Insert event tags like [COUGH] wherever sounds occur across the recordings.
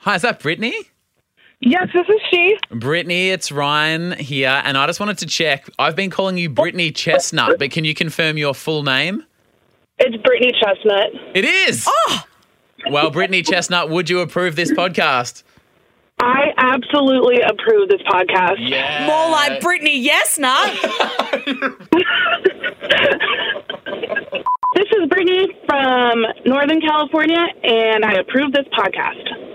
Hi, is that Brittany? Yes, this is she. Brittany, it's Ryan here, and I just wanted to check. I've been calling you Brittany Chestnut, but can you confirm your full name? It's Brittany Chestnut. It is. Oh. Well, Brittany Chestnut, would you approve this podcast? I absolutely approve this podcast. Yeah. More like Brittany [LAUGHS] Yesna. This is Brittany from Northern California, and I approve this podcast.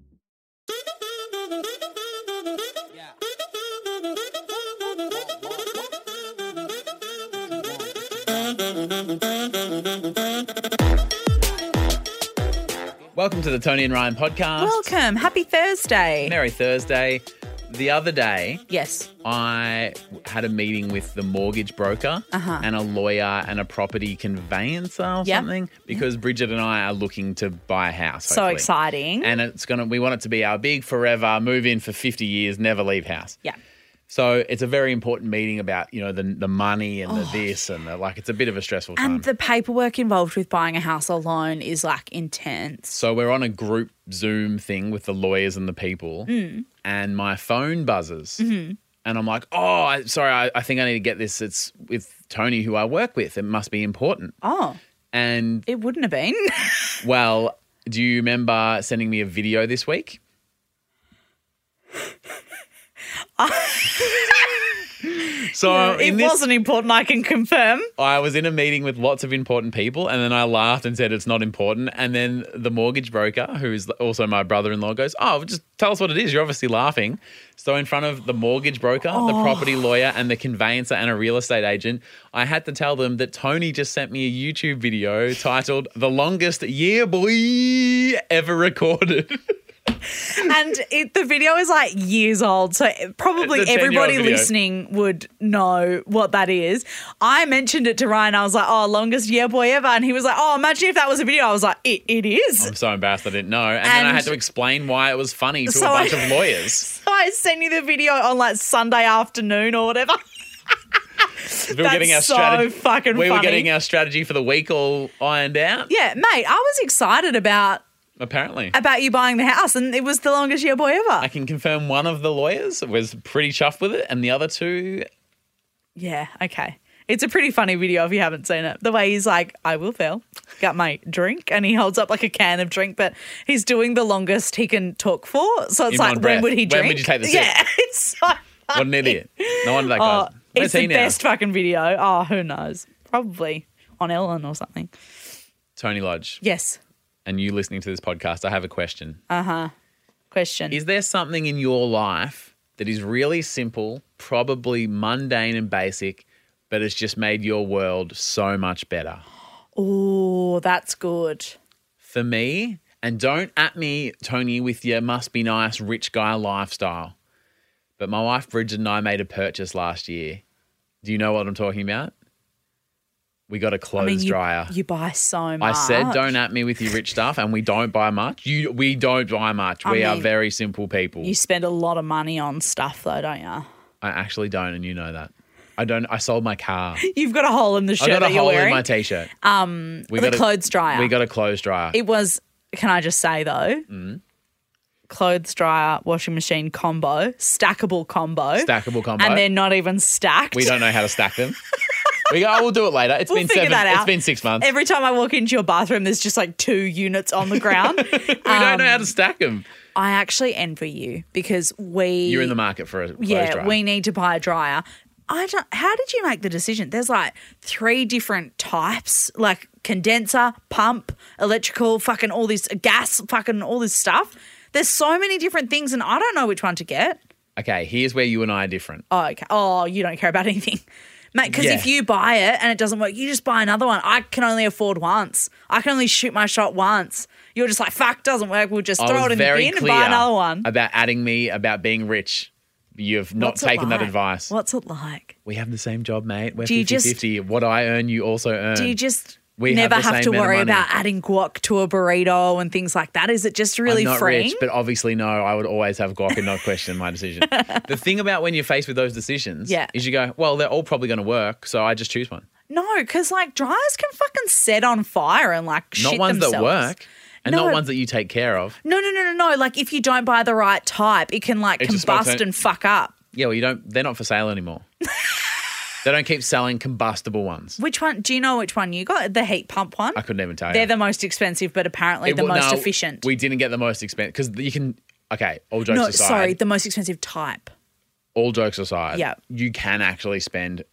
Welcome to the Tony and Ryan podcast. Welcome. Happy Thursday. Merry Thursday. The other day, Yes. I had a meeting with the mortgage broker Uh-huh. and a lawyer and a property conveyancer or Yep. something because Bridget and I are looking to buy a house. So hopefully. exciting. And it's gonna. We want it to be our big forever move in for fifty years, never leave house. yeah. So it's a very important meeting about you know the the money and the this and the like. It's a bit of a stressful time. Oh. And the paperwork involved with buying a house alone is like intense. So we're on a group Zoom thing with the lawyers and the people, Mm. and my phone buzzes. Mm-hmm. And I'm like, oh, I, sorry, I, I think I need to get this. It's with Tony, who I work with. It must be important. Oh, And it wouldn't have been. well, do you remember sending me a video this [LAUGHS] week? so [LAUGHS] it Oh, in this, wasn't important, I [LAUGHS] can confirm. I was in a meeting with lots of important people, and then I laughed and said it's not important. And then the mortgage broker, who is also my brother-in-law, goes, "Oh, just tell us what it is. You're obviously laughing." So in front of the mortgage broker, Oh. the property lawyer, and the conveyancer and a real estate agent, I had to tell them that Tony just sent me a YouTube video titled "The Longest Year Boy Ever Recorded." [LAUGHS] And it, the video is like years old, so probably It's a 10-year-old everybody video. listening would know what that is. I mentioned it to Ryan. I was like, "Oh, longest yeah boy ever," and he was like, "Oh, imagine if that was a video." I was like, "It, it is." I'm so embarrassed I didn't know, and, then I And- had to explain why it was funny to So a I- bunch of lawyers. So [LAUGHS] I sent you the video on like Sunday afternoon or whatever. We were That's getting our so strategy. fucking we were funny. getting our strategy for the week all ironed out. Yeah, mate, I was excited about Apparently. about you buying the house, and it was the longest year boy ever. I can confirm one of the lawyers was pretty chuffed with it, and the other two, yeah, okay. It's a pretty funny video if you haven't seen it. The way he's like, I will fail, got my drink, and he holds up like a can of drink, but he's doing the longest he can talk for. So it's In like, one when breath. would he When drink? would you take the sip? Yeah, [LAUGHS] it's so what an idiot. No wonder that oh, guy's. Where's It's the he now? best fucking video. Oh, who knows? Probably on Ellen or something. Tony Lodge, Yes. and you listening to this podcast, I have a question. Uh. Question. Is there something in your life that is really simple, probably mundane and basic, but has just made your world so much better? oh, that's good. For me, and don't at me, Tony, with your must be nice rich guy lifestyle. But my wife Bridget and I made a purchase last year. Do you know what I'm talking about? We got a clothes I mean, you, dryer. you buy so I much. said, don't at me with your rich stuff, and we don't buy much. You, we don't buy much. I we are mean- very simple people. You spend a lot of money on stuff, though, don't you? I actually don't, and you know that. I don't. I sold my [LAUGHS] car. You've got a hole in the I shirt got a that you're hole in wearing. my t-shirt. Um, we the got a- clothes dryer. We got a clothes dryer. it was. Can I just say though? Mm. Clothes dryer, washing machine combo, stackable combo, Stackable combo. and they're not even stacked. we don't know how to stack [LAUGHS] them. we go. "Oh, we'll do it later. It's We'll been figure seven. that It's out. been six months. Every time I walk into your bathroom, there's just like two units on the ground. [LAUGHS] we um, don't know how to stack them. I actually envy you because we You're in the market for a clothes yeah, dryer. we need to buy a dryer. I don't. How did you make the decision? There's like three different types, like condenser, pump, electrical, fucking all this gas, fucking all this stuff. There's so many different things, and I don't know which one to get. okay, here's where you and I are different. Oh, okay. Oh, you don't care about [LAUGHS] anything. Mate, because Yeah. if you buy it and it doesn't work, you just buy another one. I can only afford once. I can only shoot my shot once. You're just like, fuck, doesn't work. We'll just I throw was it in the very bin and clear buy another one. about adding me about being rich. You've not What's it taken that like? advice. What's it like? We have the same job, mate. We're Do you 50 just- 50. What I earn, you also earn. Do you just We have never the have, same to amount of worry money. about adding guac to a burrito and things like that? Is it just really I'm not freeing? rich, but obviously no. I would always have guac and not question my [LAUGHS] decision. the thing about when you're faced with those decisions, Yeah. is you go, well, they're all probably going to work, so I just choose one. no, because like dryers can fucking set on fire and like Not shit ones that themselves. work, and No. not ones that you take care of. No, no, no, no, no. Like if you don't buy the right type, it can like It just won't combust turn- and fuck up. Yeah, well, you don't. They're not for sale [LAUGHS] anymore. they don't keep selling combustible ones. Which one? Do you know which one you got? The heat pump one. I couldn't even tell They're you. the most expensive, but apparently It the wa- most no, efficient. We didn't get the most expensive because you can. Okay, all jokes no, aside. sorry, the most expensive type. all jokes aside, Yeah. you can actually spend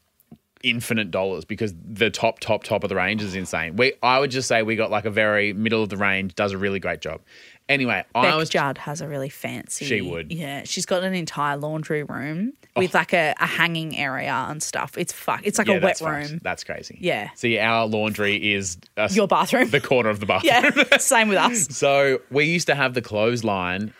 infinite dollars because the top, top, top of the range is insane. We, I would just say we got like a very middle of the range, does a really great job. Anyway, I Beck was Judd has a really fancy. She would. Oh. Yeah, she's got an entire laundry room with like a, a hanging area and stuff. It's fuck. It's like yeah, a wet that's room. fucked. That's crazy. Yeah. See, our laundry is a, Your [LAUGHS] bathroom. the corner of the bathroom. [LAUGHS] yeah, [LAUGHS] same with us. So we used to have the clothesline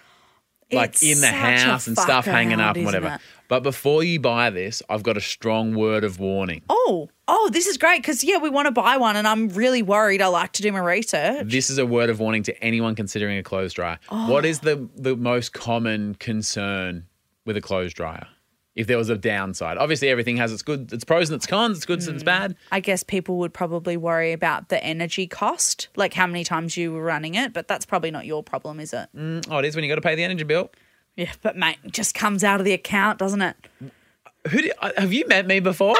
like It's in the such a house and stuff fuck hanging around, up and isn't whatever. it? But before you buy this, I've got a strong word of warning. Oh, oh, this is great because yeah, we want to buy one, and I'm really worried. I like to do my research. This is a word of warning to anyone considering a clothes dryer. What is the the most common concern with a clothes dryer? If there was a downside, obviously everything has its good, its pros and its cons, its good Hmm. and its bad. I guess people would probably worry about the energy cost, like how many times you were running it, but that's probably not your problem, is it? Oh, it is when you got to pay the energy bill. Yeah, but mate, it just comes out of the account, doesn't it? Who do, uh, have you met me before?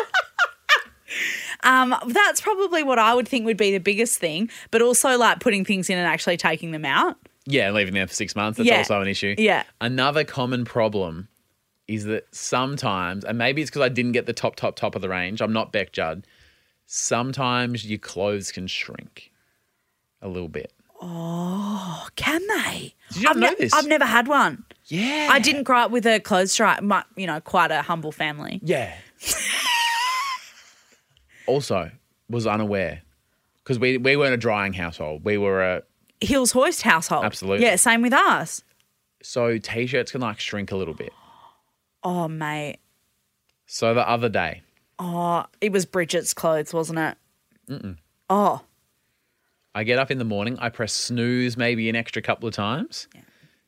Um, that's probably what I would think would be the biggest thing, but also like putting things in and actually taking them out. yeah, leaving there for six months. That's Yeah. also an issue. Yeah. Another common problem is that sometimes, and maybe it's because I didn't get the top, top, top of the range. I'm not Beck Judd. Sometimes your clothes can shrink a little bit. Oh, Can they? Did you not I've know this? I've never had one. Yeah. I didn't grow up with a clothes stripe, my, you know, quite a humble family. Yeah. [LAUGHS] also, was unaware because we, we weren't a drying household. We were a Hills Hoist household. Absolutely. Yeah, same with us. so t-shirts can like shrink a little bit. Oh, mate. So the other day, It was Bridget's clothes, wasn't it? Mm-mm. Oh, I get up in the morning. I press snooze maybe an extra couple of times.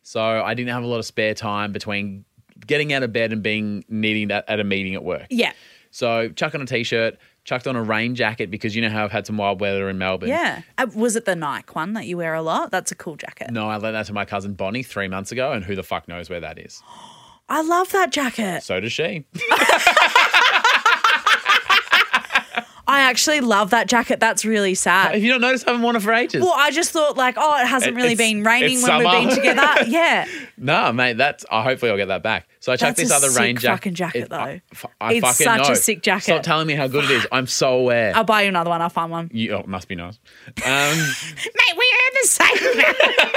So I didn't have a lot of spare time between getting out of bed and being needing that at a meeting at work. yeah. So chuck on a t-shirt, chucked on a rain jacket because you know how I've had some wild weather in Melbourne. Yeah. Uh, was it the Nike one that you wear a lot? That's a cool jacket. No, I lent that to my cousin Bonnie three months ago, and who the fuck knows where that is? I love that jacket. So does she. I actually love that jacket. That's really sad. Have you not noticed I haven't worn it for ages? Well, I just thought like, oh, it hasn't It- really it's- been raining it's when we've summer. [LAUGHS] been together. yeah, No, mate, that's uh, hopefully I'll get that back. So I chucked That's this a other rain sick jacket. fucking jacket, It- I, though. f- I It's fucking such a know. sick jacket. Stop telling me how good it is. I'm so aware. I'll buy you another one. I'll find one. You, oh, it must be nice. Um, Mate, we earn the same. amount.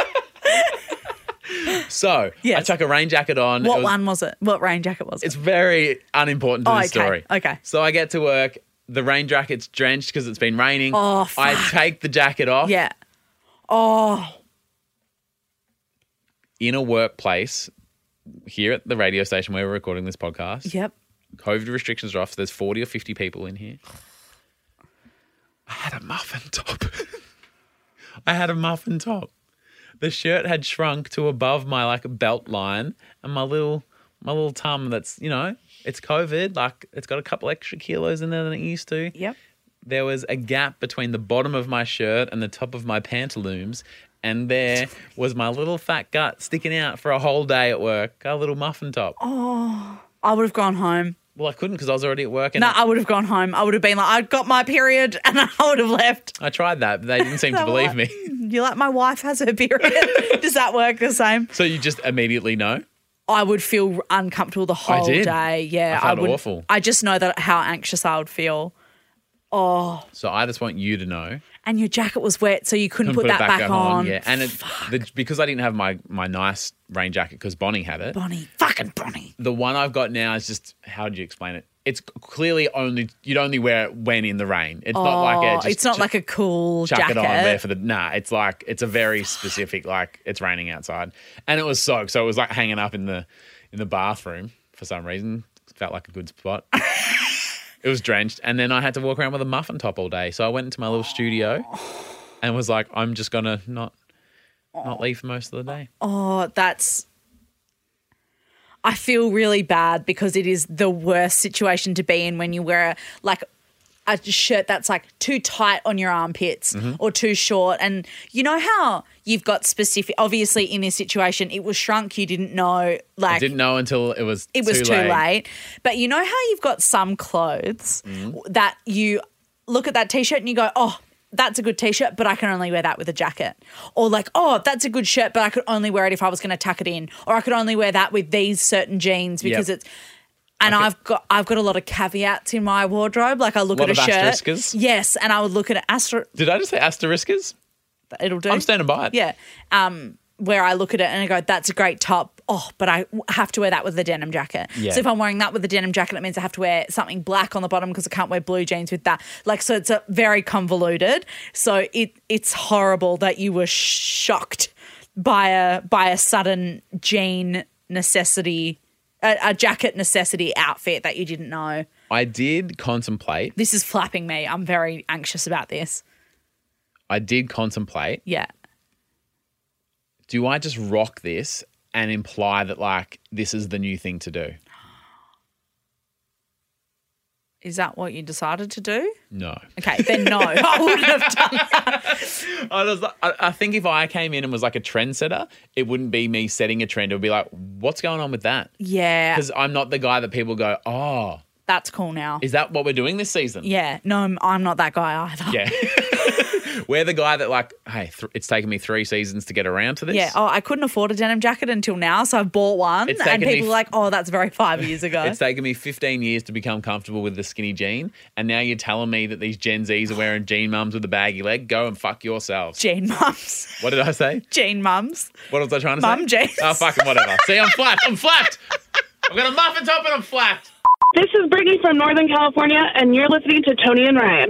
so I Yes. chuck a rain jacket on. [LAUGHS] It what was- one was it? What rain jacket was it? It's very unimportant to Oh, the okay, story. okay. So I get to work. The rain jacket's drenched because it's been raining. Oh, I take the jacket off yeah. Oh, in a workplace here at the radio station where we're recording this podcast. yep. COVID restrictions are off. So there's 40 or 50 people in here. I had a muffin top. [LAUGHS] I had a muffin top. The shirt had shrunk to above my like belt line and my little my little tum that's, you know, it's COVID, like it's got a couple extra kilos in there than it used to. Yep. There was a gap between the bottom of my shirt and the top of my pantaloons, and there was my little fat gut sticking out for a whole day at work. A little muffin top. I would have gone home. Well, I couldn't because I was already at work and No, I would have gone home. I would have been like, I got my period, [LAUGHS] and I would have left. I tried that, but they didn't seem to They were believe me. like, You're like, my wife has her [LAUGHS] period. Does that work the same? So you just immediately know. I would feel uncomfortable the whole did. day. Yeah, I felt would. awful. I just know that how anxious I would feel. So I just want you to know. and your jacket was wet, so you couldn't, Couldn't put, that back, on. Yeah, and it, the, because I didn't have my my nice rain jacket because Bonnie had it. Bonnie, fucking Bonnie. The one I've got now is just how do you explain it? it's clearly only you'd only wear it when in the rain. It's not like a Oh, just it's not like a cool chuck jacket. it on there for the nah. It's like it's a very specific like it's raining outside, and it was soaked, so it was like hanging up in the in the bathroom for some reason. Felt like a good [LAUGHS] spot. it was drenched, and then I had to walk around with a muffin top all day. So I went into my little studio Oh. and was like, I'm just gonna not not leave for most of the day. Oh, that's. I feel really bad because it is the worst situation to be in when you wear a, like a shirt that's like too tight on your armpits Mm-hmm. or too short. And you know how you've got specific. Obviously, in this situation, it was shrunk. You didn't know. Like I didn't know until it was it was too, late. But you know how you've got some clothes that you look at that t-shirt and you go, "Oh, that's a good t-shirt, but I can only wear that with a jacket." Or like, "Oh, that's a good shirt, but I could only wear it if I was going to tuck it in." Or I could only wear that with these certain jeans because Yep. it's and I've got I've got a lot of caveats in my wardrobe. Like I look Lot at a of shirt, asterisks? yes, and I would look at an asterisk. Did I just say asteriskers? It'll do. I'm standing by it. Yeah. Um, where I look at it and I go, that's a great top. Oh, but I w- have to wear that with the denim jacket. Yeah. So if I'm wearing that with the denim jacket, it means I have to wear something black on the bottom because I can't wear blue jeans with that. Like, so it's a very convoluted. So it it's horrible that you were shocked by a by a sudden jean necessity, a, a jacket necessity outfit that you didn't know. I did contemplate. This is flapping me. I'm very anxious about this. I did contemplate Yeah. do I just rock this and imply that like this is the new thing to do? Is that what you decided to do? No. Okay, then no. [LAUGHS] I wouldn't have done I, was, I, I think if I came in and was like a trendsetter, it wouldn't be me setting a trend. It would be like, what's going on with that? Yeah, Because I'm not the guy that people go, oh, that's cool now. is that what we're doing this season? yeah, no, I'm, I'm not that guy either. Yeah. [LAUGHS] we're the guy that like, hey, th- it's taken me three seasons to get around to this. Yeah, oh, I couldn't afford a denim jacket until now, so I bought one, It's and taken me people were like, "Oh, that's very five years ago." [LAUGHS] It's taken me 15 years to become comfortable with the skinny jean, and now you're telling me that these Gen Zs are wearing jean mums with a baggy leg. Go and fuck yourselves. Jean mums, [LAUGHS] What did I say? Jean mums. What was I trying to say? Mum James. Oh, fucking [LAUGHS] whatever. See, I'm flat. I'm flat. I've got a muffin top and I'm flat. This is Brittany from Northern California, and you're listening to Tony and Ryan.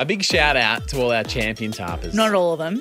A big shout out to all our champion tarpers. Not all of them.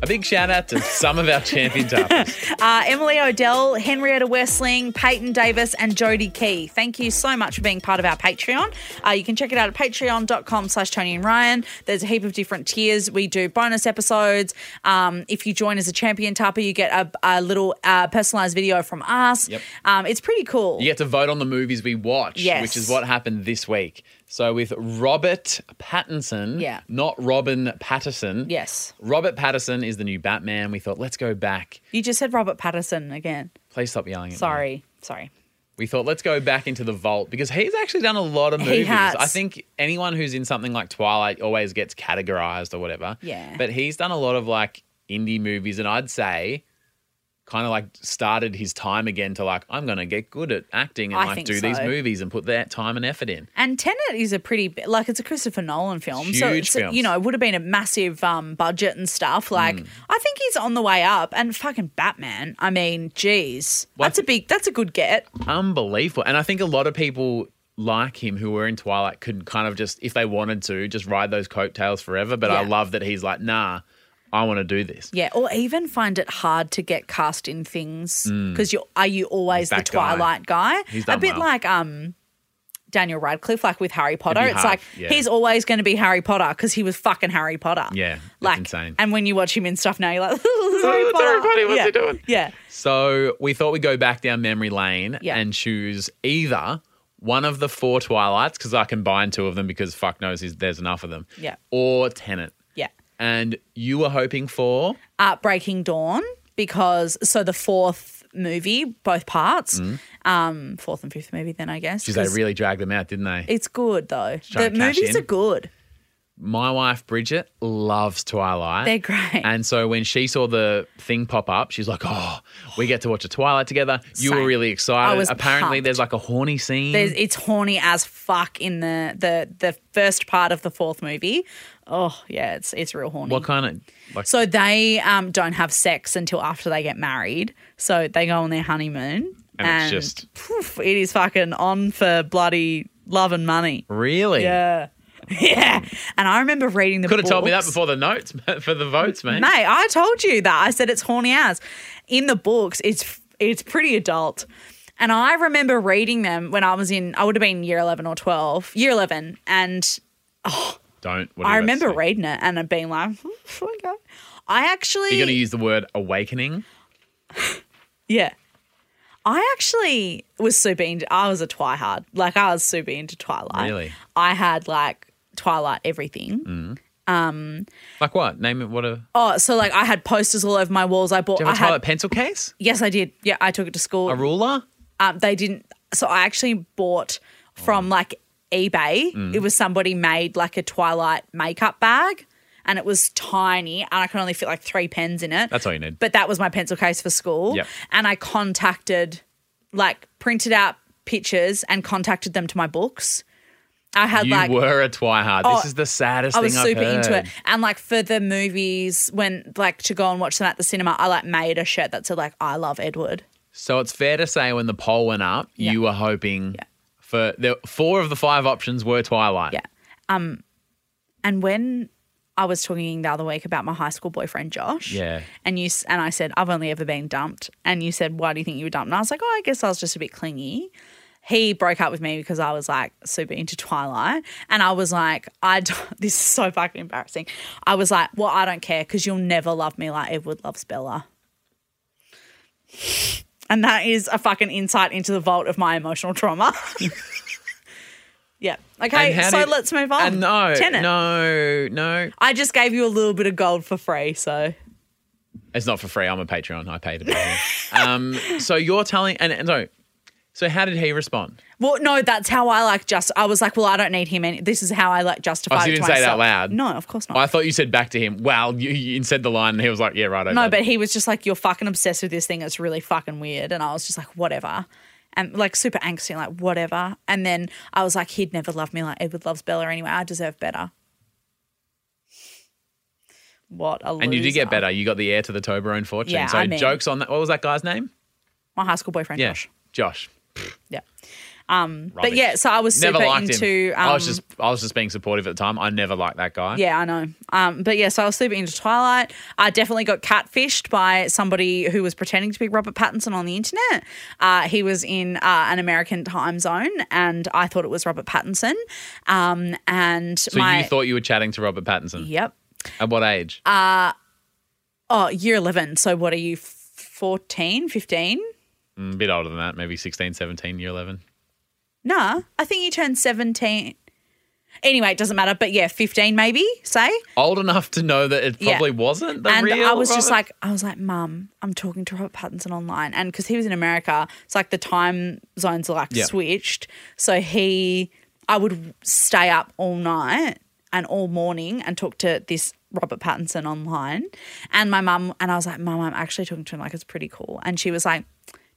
A big shout out to some of our champion [LAUGHS] tarpers. Uh, Emily Odell, Henrietta Westling, Peyton Davis, and Jody Key. Thank you so much for being part of our Patreon. Uh, you can check it out at patreon.com slash Tony and Ryan. There's a heap of different tiers. We do bonus episodes. Um, if you join as a champion tapper, you get a, a little uh, personalized video from us. Yep. Um, it's pretty cool. You get to vote on the movies we watch, Yes. which is what happened this week. So with Robert Pattinson, Yeah. not Robin Patterson. Yes. Robert Patterson is the new Batman. We thought, let's go back. You just said Robert Patterson again. Please stop yelling at me. Sorry. Sorry. We thought let's go back into the vault because he's actually done a lot of He movies. has. I think anyone who's in something like Twilight always gets categorized or whatever. Yeah. But he's done a lot of like indie movies and I'd say kind of like started his time again to like I'm going to get good at acting and I like think do these so. movies and put that time and effort in. And Tenet is a pretty bi- like it's a Christopher Nolan film, so Huge it's, a- you films. Mm. know it would have been a massive um, budget and stuff. Like I think he's on the way up, and fucking Batman. I mean, geez, Well, that's a big, that's a good get. Unbelievable. And I think a lot of people like him who were in Twilight could kind of just if they wanted to just ride those coattails forever, but I Yeah. love that he's like, "Nah, I want to do this." Yeah, or even find it hard to get cast in things because you are you always the Mm. That guy. Twilight guy? He's a done bit well. like um Daniel Radcliffe, like with Harry Potter. be It's hard, like yeah. he's always going to be Harry Potter because he was fucking Harry Potter. Yeah, it's like insane. And when you watch him in stuff now, you're like, [LAUGHS] Harry it's Potter. Harry Potter, Oh, what's yeah. he doing? Yeah. So we thought we'd go back down memory lane Yeah. and choose either one of the four Twilights because I combined two of them because fuck knows is- there's enough of them. Yeah. Or Tenant. Yeah. And you were hoping for at Breaking Dawn because so the fourth movie, both parts, um, fourth and fifth movie. Then I guess because Mm. they 'cause really dragged them out, didn't they? it's good though. The trying to cash in. movies are good. My wife Bridget loves Twilight. They're great. And so when she saw the thing pop up, she's like, "Oh, we get to watch a Twilight together." You were Same. really excited. I was Apparently, pumped. there's like a horny scene. There's, it's horny as fuck in the, the the first part of the fourth movie. Oh yeah, it's it's real horny. what kind of like? e so they um, don't have sex until after they get married. So they go on their honeymoon, And it's just- poof, it is fucking on for bloody love and money. really? Yeah. [LAUGHS] Yeah. And I remember reading the Could have told me that books. before the notes [LAUGHS] for the votes, man. Mate, I told you that. I said it's horny as. In the books, it's it's pretty adult. And I remember reading them when I was in I would have been year 11 or 12, year 11, and Don't. What are you about I to remember say? reading it and it being like, [LAUGHS] okay. I actually You're going to use the word awakening. Yeah. I actually was super into I was a twihard. Like I was super into Twilight. Really? Mm. I had like Twilight everything. Like what? Name it. What a. Oh, so like I had posters all over my walls. I bought. Do you have Oh, I a Twilight had. pencil case? Yes, I did. Yeah, I took it to school. A ruler? Um, they didn't. So I actually bought from Oh. like eBay. Mm. It was somebody made like a Twilight makeup bag, and it was tiny, and I could only fit like three pens in it. That's all you need. But that was my pencil case for school. Yep. And I contacted, like, printed out pictures and contacted them to my books. I had you like were a twihard. this Oh, is the saddest I was thing I've super into heard. it. And like for the movies, when like to go and watch them at the cinema, I like made a shirt that said like I love Edward. So it's fair to say when the poll went up, Yeah. you were hoping for the four of the five options were Twilight. Yeah. Um, And when I was talking the other week about my high school boyfriend Josh, Yeah. and you s- and I said I've only ever been dumped, and you said why do you think you were dumped? And I was like, oh, I guess I was just a bit clingy. He broke up with me because I was like super into Twilight, and I was like, I don't, [LAUGHS] this is so fucking embarrassing. I was like, well, I don't care because you'll never love me like Edward loves Bella. And that is a fucking insight into the vault of my emotional trauma. [LAUGHS] yeah. Okay. And how So did- let's move on. And no, Tenet. no, no. I just gave you a little bit of gold for free, so It's not for free. I'm a Patreon. I paid [LAUGHS] it. um, so you're telling, and, and so, so how did he respond? well, no, that's how I like just. I was like, well, I don't need him. Any- this is how I like justify. Oh, so you it to didn't say that myself. loud? No, of course not. I thought you said back to him. Well, you, you said the line, and he was like, "Yeah, right." Okay. no, but he was just like, you're fucking obsessed with this thing. It's really fucking weird. And I was just like, whatever. And like super angsty, like whatever. And then I was like, he'd never love me like Edward loves Bella anyway. I deserve better. What a and you did get loser. better. You got the heir to the Toblerone fortune. Yeah, so I mean- jokes on that. What was that guy's name? My high school boyfriend, Yeah, Josh. Josh. Yeah. Um, but Rubbish. yeah, so I was super Never liked into. him. Um, I was just, I was just being supportive at the time. I never liked that guy. Yeah, I know. Um, but yeah, so I was super into Twilight. I definitely got catfished by somebody who was pretending to be Robert Pattinson on the internet. Uh, he was in uh, an American time zone, and I thought it was Robert Pattinson. Um, and So my Uh, you thought you were chatting to Robert Pattinson? yep, At what age? oh, year eleven. So what are you, 14, 15? Mm, a bit older than that, maybe 16, 17, year 11. Nah, I think you turned seventeen. Anyway, it doesn't matter. But yeah, fifteen maybe. Say. Old enough to know that it Yeah. probably wasn't the and real. I was just Robert- like, I was like, Mum, I'm talking to Robert Pattinson online, and because he was in America, it's like the time zones are like Yeah. switched. So he, I would stay up all night and all morning and talk to this Robert Pattinson online, and my mum and I was like, Mum, I'm actually talking to him, like it's pretty cool, and she was like,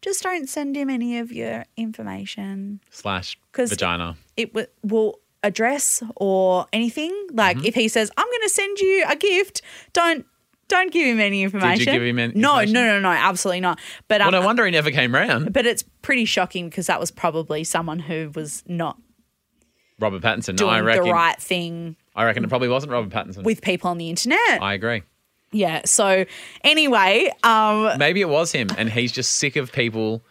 Just don't send him any of your information slash 'Cause- vagina. it w- will address or anything. Like Mm-hmm. if he says, "I'm going to send you a gift," don't don't give him any information. give him any no, information? no, no, no, absolutely not. But um, Well, no wonder he never came round. but it's pretty shocking because that was probably someone who was not Robert Pattinson. No, doing I reckon. the right thing I reckon it probably wasn't Robert Pattinson. with people on the internet. I agree. yeah. So anyway, um, Maybe it was him, and he's just sick of people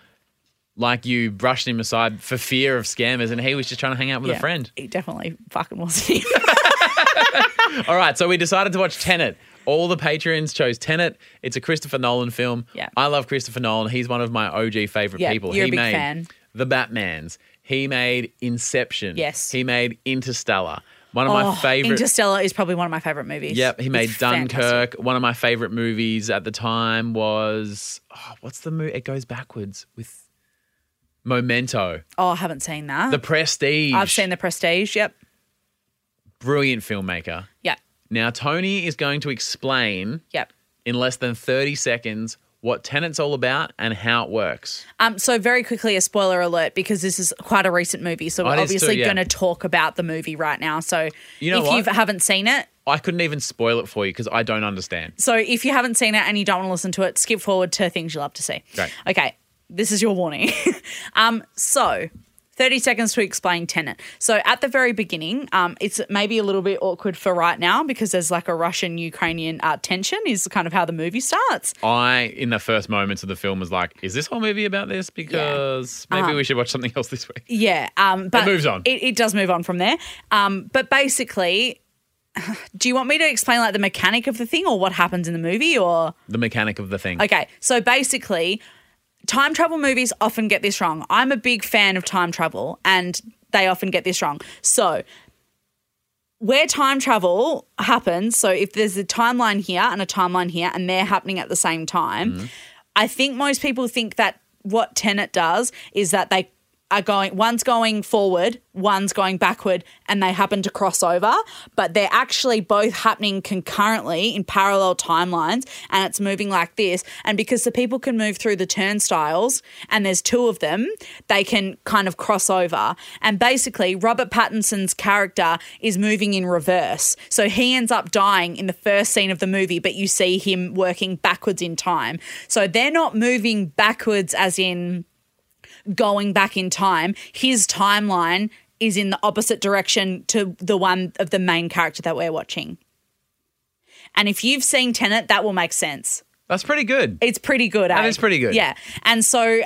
like you brushing him aside for fear of scammers, and he was just trying to hang out with yeah, a friend. It definitely fucking [LAUGHS] wasn't him. All right, so we decided to watch Tenet. All the patrons chose Tenet. It's a Christopher Nolan film. Yeah. I love Christopher Nolan. He's one of my OG favorite Yeah, people. you're a he big made fan. The Batman's. He made Inception. Yes. Oh, He made Interstellar. One of my favorite. Interstellar is probably one of my favorite movies. Yep, he It's made Dunkirk. fantastic. One of my favorite movies at the time was oh, what's the movie? It goes backwards with Memento, Oh, I haven't seen that. The Prestige. I've seen The Prestige. Yep. brilliant filmmaker. Yep. Now Tony is going to explain Yep. in less than thirty seconds what Tenet's all about and how it works. Um, so very quickly, a spoiler alert because this is quite a recent movie, so Oh, it we're is obviously too, yeah. going to talk about the movie right now. So You know if what? you haven't seen it, I couldn't even spoil it for you because I don't understand. so if you haven't seen it and you don't want to listen to it, skip forward to things you love to see. Great. Okay, this is your warning. [LAUGHS] um, so. 30 seconds to explain Tenet. So, at the very beginning, um, it's maybe a little bit awkward for right now because there's like a Russian Ukrainian uh, tension, is kind of how the movie starts. I, in the first moments of the film, was like, "Is this whole movie about this?" Because maybe we should watch something else this week. Uh-huh. Yeah, um, but moves on. It, it does move on from there. Um, but basically, [SIGHS] do you want me to explain like the mechanic of the thing or what happens in the movie? Or The mechanic of the thing. okay, so basically, time travel movies often get this wrong. I'm a big fan of time travel, and they often get this wrong. So. Where time travel happens, so if there's a timeline here and a timeline here, and they're happening at the same time, I think most people think that what Tenet does is that they are going one's going forward, one's going backward, and they happen to cross over, but they're actually both happening concurrently in parallel timelines and it's moving like this. And because the people can move through the turnstiles and there's two of them, they can kind of cross over. And basically Robert Pattinson's character is moving in reverse. So he ends up dying in the first scene of the movie, but you see him working backwards in time. So they're not moving backwards as in going back in time. His timeline is in the opposite direction to the one of the main character that we're watching. And if you've seen Tenet, that will make sense. that's pretty good. It's pretty good. That is pretty good. Yeah. And so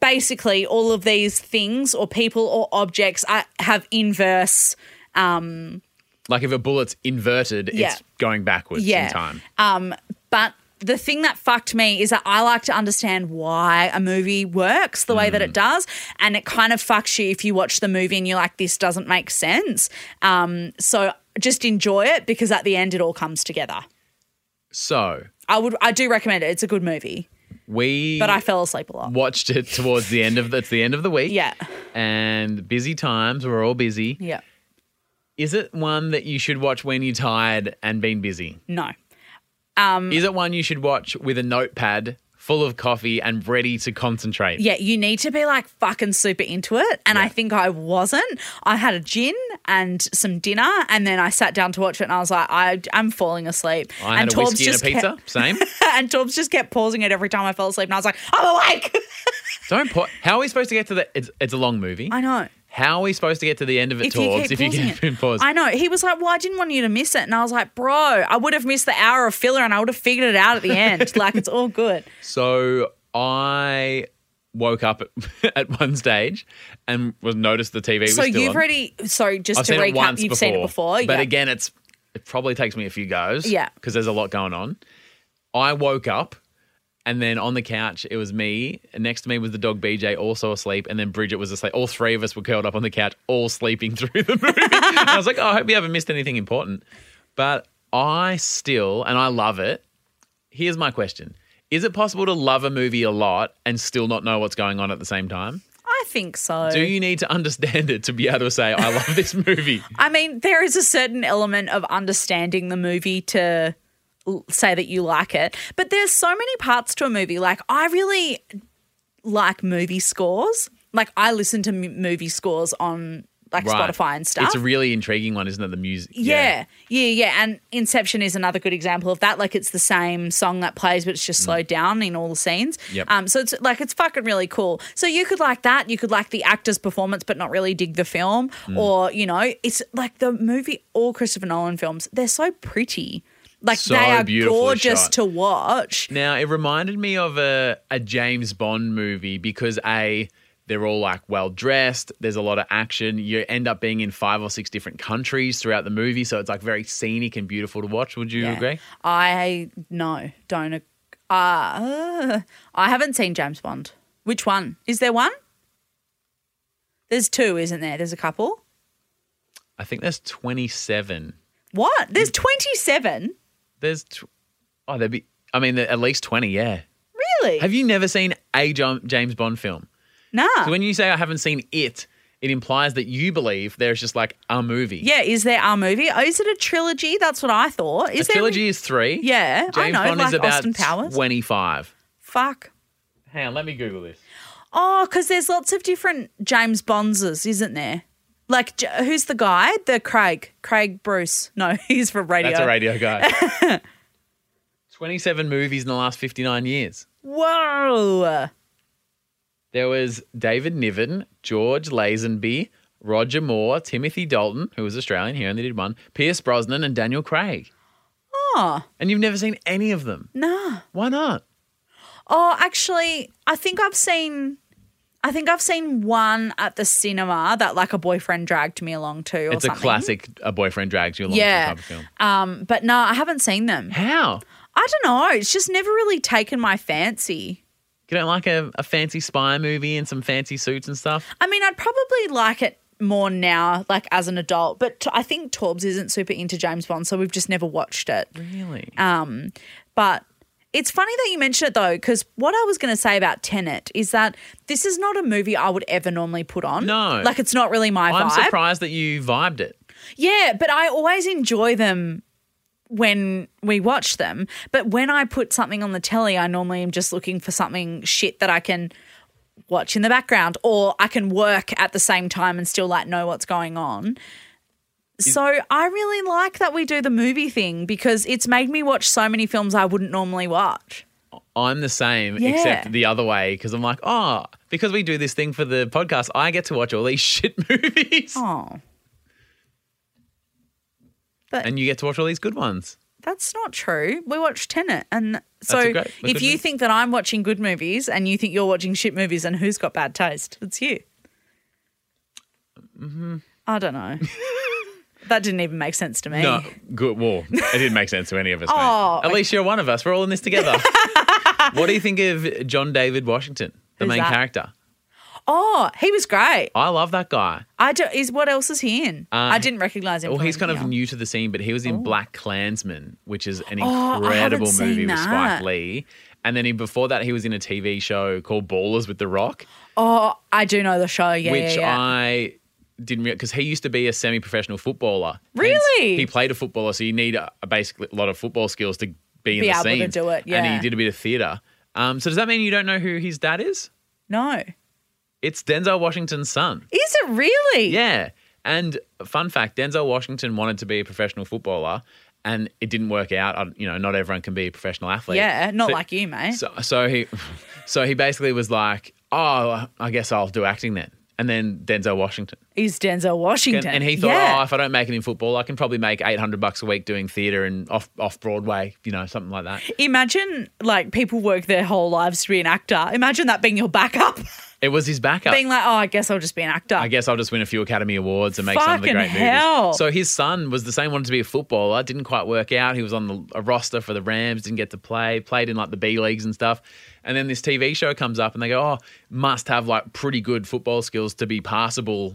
basically all of these things or people or objects are, have inverse Like if a bullet's inverted, Yeah. it's going backwards Yeah. Um, in time. But the thing that fucked me is that I like to understand why a movie works the way that it Mm. does. And it kind of fucks you if you watch the movie and you're like, this doesn't make sense. Um, so just enjoy it because at the end it all comes together. So I would I do recommend it. It's a good movie. we But I fell asleep a lot. watched it towards the end of the, it's the end of the week. Yeah. And busy times, we're all busy. Yeah. Is it one that you should watch when you're tired and been busy? No. Mm. Is it one you should watch with a notepad full of coffee and ready to concentrate? Yeah, you need to be like fucking super into it. And I think I wasn't. I had a gin and some dinner, and then I sat down to watch it, and I was like, I, I'm falling asleep. I had and a whiskey and a kept- pizza. Same. [LAUGHS] and Torbs just kept pausing it every time I fell asleep, and I was like, "I'm awake." [LAUGHS] Don't put. How are we supposed to get to the? It's, it's a long movie. I know. How are we supposed to get to the end of it, Torbs? If you pausing keep [LAUGHS] in pause, I know. He was like, "Well, I didn't want you to miss it," and I was like, "Bro, I would have missed the hour of filler, and I would have figured it out at the [LAUGHS] end. like, it's all good." So I woke up [LAUGHS] at, at one stage and was noticed the TV was So still you've on. already. Sorry, just I've to seen recap, it once you've before, seen it before, but yeah. again, it's it probably takes me a few goes. Yeah. because there's a lot going on. I woke up. And then on the couch, it was me. And next to me was the dog BJ, also asleep. And then Bridget was asleep. All three of us were curled up on the couch, all sleeping [LAUGHS] through the movie. And I was like, oh, I hope you haven't missed anything important. But I still, and I love it. Here's my question Is it possible to love a movie a lot and still not know what's going on at the same time? I think so. Do you need to understand it to be able to say, I love this movie? I mean, there is a certain element of understanding the movie to l- say that you like it, but there's so many parts to a movie. Like, I really like movie scores. Like, I listen to m- movie scores on like Spotify and stuff. It's a really intriguing one, isn't it? The music. yeah. yeah, yeah, And Inception is another good example of that. Like, it's the same song that plays, but it's just slowed down in all the scenes. Mm. Yep. Um, so it's like it's fucking really cool. So you could like that. You could like the actor's performance, but not really dig the film. Mm. Or you know, it's like the movie. All Christopher Nolan films, they're so pretty. Like So they are beautifully gorgeous shot. to watch. Now, it reminded me of a, a James Bond movie because A, they're all like well dressed, there's a lot of action. You end up being in five or six different countries throughout the movie. So it's like very scenic and beautiful to watch. Would you Yeah. agree? I no, don't. ag- Uh, I haven't seen James Bond. Which one? Is there one? There's two, isn't there? There's a couple. I think there's 27. What? There's 27? There's, tw- oh, there'd be, I mean, there- at least 20, yeah. Really? Have you never seen a Jo- James Bond film? nah. So when you say I haven't seen it, it implies that you believe there's just like a movie. yeah, is there a movie? Oh, is it a trilogy? That's what I thought. Is a there trilogy is three. Yeah, James I know, Bond is like about Austin Powers. 25. Fuck. Hang on, let me Google this. Oh, because there's lots of different James Bondses, isn't there? Like, J- who's the guy? The Craig. Craig Bruce. No, [LAUGHS] he's from radio. That's a radio guy. [LAUGHS] 27 movies in the last 59 years. Whoa. There was David Niven, George Lazenby, Roger Moore, Timothy Dalton, who was Australian, he only did one, Pierce Brosnan, and Daniel Craig. Oh, And you've never seen any of them. nah. Why not? Oh, actually, I think I've seen. I think I've seen one at the cinema that like a boyfriend dragged me along to. Or It's a something. classic a boyfriend drags you along Yeah. to type of film. Um, but no, I haven't seen them. How? I don't know. It's just never really taken my fancy. You don't like a, a fancy spy movie and some fancy suits and stuff? I mean, I'd probably like it more now, like as an adult. But t- I think Torbs isn't super into James Bond, so we've just never watched it. Really? But it's funny that you mention it though, because what I was going to say about Tenet is that this is not a movie I would ever normally put on. No. like it's not really my I'm vibe. surprised that you vibed it. Yeah, but I always enjoy them when we watch them. But when I put something on the telly, I normally am just looking for something shit that I can watch in the background or I can work at the same time and still like know what's going on. So I really like that we do the movie thing because it's made me watch so many films I wouldn't normally watch. I'm the same, Yeah. except the other way, because I'm like, oh, because we do this thing for the podcast, I get to watch all these [LAUGHS] shit movies. Oh. But And you get to watch all these good ones. That's not true. We watch Tenet, and so a great- a if good you movie. think that I'm watching good movies and you think you're watching shit movies, and who's got bad taste? It's you. Mm-hmm. Mm-hmm. I [LAUGHS] don't know. that didn't even make sense to me. No, good. Well, it didn't make sense to any of us. [LAUGHS] Oh, mate. At least you're one of us. We're all in this [LAUGHS] together. what do you think of John David Washington, the Who's main that? character? Oh, he was great. I love that guy. I do, is what else is he in? I didn't recognize Uh, him. Well, from he's kind of anything else. new to the scene, but he was in Black Klansman, which is an Oh, I haven't incredible seen movie with Spike that. Lee. And then he, before that, he was in a TV show called Ballers with The Rock. Oh, I do know the show. Yeah, which yeah, yeah. I didn't because he used to be a semi-professional footballer. Hence, Really? he played a footballer, so you need a, a basically a lot of football skills to be in Be the able to scene. do it, And he yeah. did a bit of theatre. Um, so does that mean you don't know who his dad is? no, It's Denzel Washington's son. is it really? Yeah. And fun fact, Denzel Washington wanted to be a professional footballer, and it didn't work out. I, you know, not everyone can be a professional athlete. yeah, not So- like you, mate. so, so he, [LAUGHS] so he basically was like, "Oh, I guess I'll do acting then." And then Denzel Washington. He's Denzel And, Washington, and he thought, yeah. oh, if I don't make it in football, I can probably make eight hundred bucks a week doing theatre and off off Broadway, you know, something like that. Imagine like people work their whole lives to be an actor. Imagine that being your backup, [LAUGHS] It was his backup. being like, oh, I guess I'll just be an actor. Uh, I guess I'll just win a few Academy Awards and make some of the Fucking great hell. movies. So his son was the same wanted to be a footballer, didn't quite work out. He was on the, a roster for the Rams, didn't get to play, played in like the B leagues and stuff. And then this TV show comes up and they go, oh, must have like pretty good football skills to be passable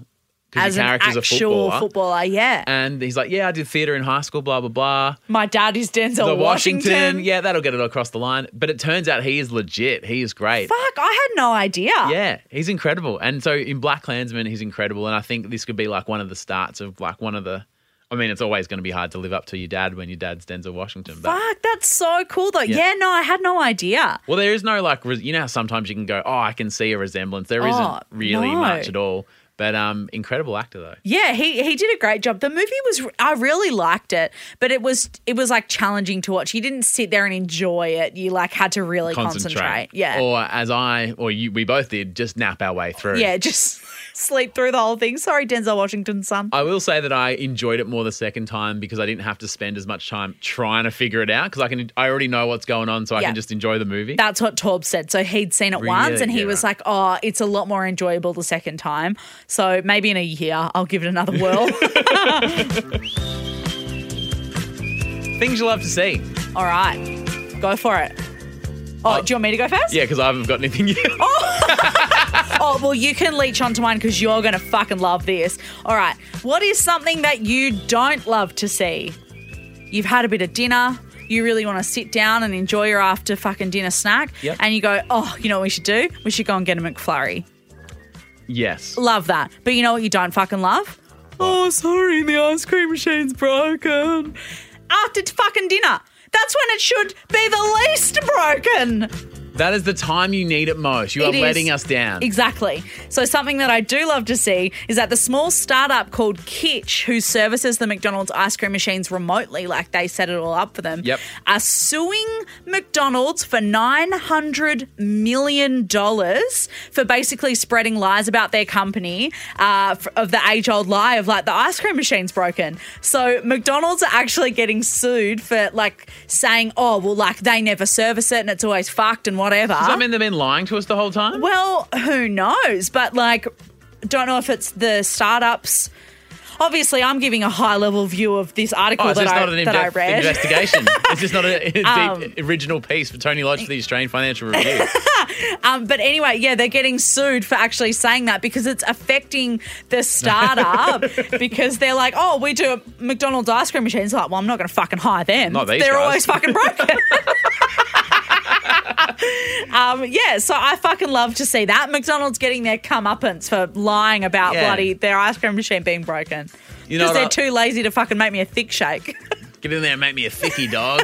because As the an character's a actual footballer. footballer, yeah. and he's like, yeah, I did theatre in high school, blah blah blah. My dad is Denzel the Washington. Washington. Yeah, that'll get it across the line. But it turns out he is legit. He is great. Fuck, I had no idea. Yeah, he's incredible. And so in Black Klansman, he's incredible. And I think this could be like one of the starts of like one of the. I mean, it's always going to be hard to live up to your dad when your dad's Denzel Washington. But Fuck, that's so cool though. Yeah. no, I had no idea. well, there is no like res- you know how sometimes you can go, oh, I can see a resemblance. There Oh, not really no. much at all. But um, incredible actor though. Yeah, he he did a great job. The movie was I really liked it, but it was it was like challenging to watch. You didn't sit there and enjoy it. You like had to really concentrate. Yeah. Or as I or you, we both did, just nap our way through. yeah, [LAUGHS] just sleep through the whole thing. Sorry, Denzel Washington's son. I will say that I enjoyed it more the second time because I didn't have to spend as much time trying to figure it out because I can I already know what's going on, so I Yeah. can just enjoy the movie. That's what Torb said. So he'd seen it once Really? and he Yeah, was right. like, oh, it's a lot more enjoyable the second time. So maybe in a year, I'll give it another [LAUGHS] whirl. Things you love to see. All right, Uh, go for it. Oh, do you want me to go first? [LAUGHS] Yeah, because I haven't got anything yet. Oh, Oh, well, you can leech onto mine because you're going to fucking love this. All right. What is something that you don't love to see? You've had a bit of dinner. You really want to sit down and enjoy your after fucking dinner snack. Yep. And you go, oh, you know what we should do? We should go and get a McFlurry. Yes. Love that. But you know what you don't fucking love? Oh, sorry, the ice cream machine's broken. After t- fucking dinner. That's when it should be the least broken. That is the time you need it most. You It are is. letting us down. Exactly. So something that I do love to see is that the small startup called Kitch, who services the McDonald's ice cream machines remotely, like they set it all up for them, Yep. are suing McDonald's for nine hundred million dollars for basically spreading lies about their company uh, f- of the age-old lie of like the ice cream machine's broken. So McDonald's are actually getting sued for like saying, oh well, like they never service it and it's always fucked and whatever. Does that mean they've been lying to us the whole time? Well, who knows? But like, don't know if it's the startups. Obviously, I'm giving a high level view of this article Oh, it's that, just I, not an that I in-depth read. investigation. [LAUGHS] it's just not a, a deep original piece for Tony Lodge for the Australian Financial [LAUGHS] Review. Um, but anyway, yeah, they're getting sued for actually saying that because it's affecting [LAUGHS] the startup because they're like, oh, we do McDonald's ice cream machines. Like, well, I'm not going to fucking hire them. Not these they're guys. always fucking [LAUGHS] broken. um, yeah, so I fucking love to see that McDonald's getting their comeuppance for lying about Yeah. bloody their ice cream machine being broken. You know Because what I- they're too lazy to fucking make me a thick shake. [LAUGHS] Get in there and make me a thickie, dog.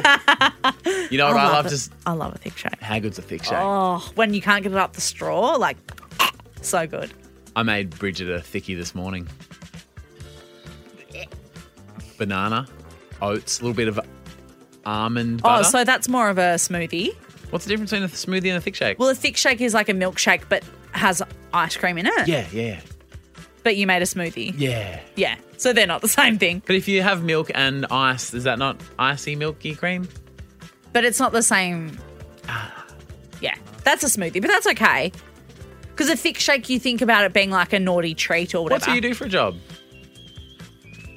you know what I, I love? love, it. Just I love a thick shake. how good's a thick shake? Oh, when you can't get it up the straw, like, [CLEARS THROAT] so good. I made Bridget a thickie this morning. Banana, oats, a little bit of almond Oh, butter. so that's more of a smoothie. What's the difference between a smoothie and a thick shake? Well, a thick shake is like a milkshake, but has ice cream in it. yeah, yeah, But you made a smoothie. yeah. Yeah. So they're not the [LAUGHS] same thing, But if you have milk and ice, is that not icy milky cream? but it's not [SIGHS] the same. Yeah. That's a smoothie, but that's okay. Because a thick shake, you think about it being like a naughty treat or whatever. What do you do for a job?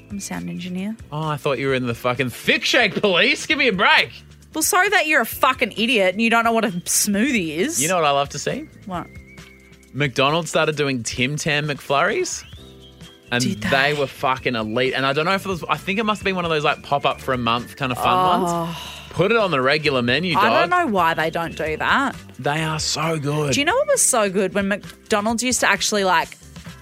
I'm a sound engineer. Oh, I thought you were in the fucking thick shake police. Give me a break. Well, sorry that you're a fucking idiot and you don't know what a smoothie is. You know what I love to see? what? McDonald's started doing Tim Tam McFlurries. And Did they? they? were fucking elite. And I don't know if it was, I think it must have been one of those like pop up for a month kind of fun ones. Put it on the regular menu, dog. Oh. I don't know why they don't do that. They are so good. Do you know what was so good when McDonald's used to actually like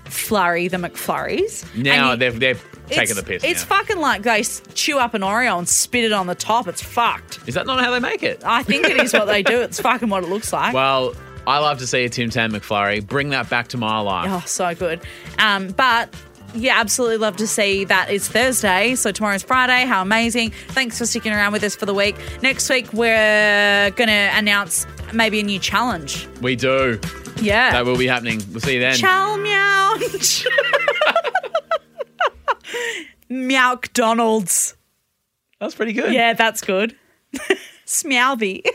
flurry the McFlurries? now And you- they're, they're taking it's- the piss. It's now. fucking like they s- chew up an Oreo and spit it on the top. It's fucked. Is that not how they make it? I think it is what they do. It's fucking what it looks like. well, I love to see a Tim Tam McFlurry. Bring that back to my life. Oh, so good. Um, but yeah, absolutely love to see that it's Thursday. So tomorrow's Friday. How amazing. Thanks for sticking around with us for the week. Next week, we're going to announce maybe a new challenge. We do. Yeah. That will be happening. We'll see you then. Chow meow. Meow Donald's. That's pretty good. Yeah, that's good. Smouthy.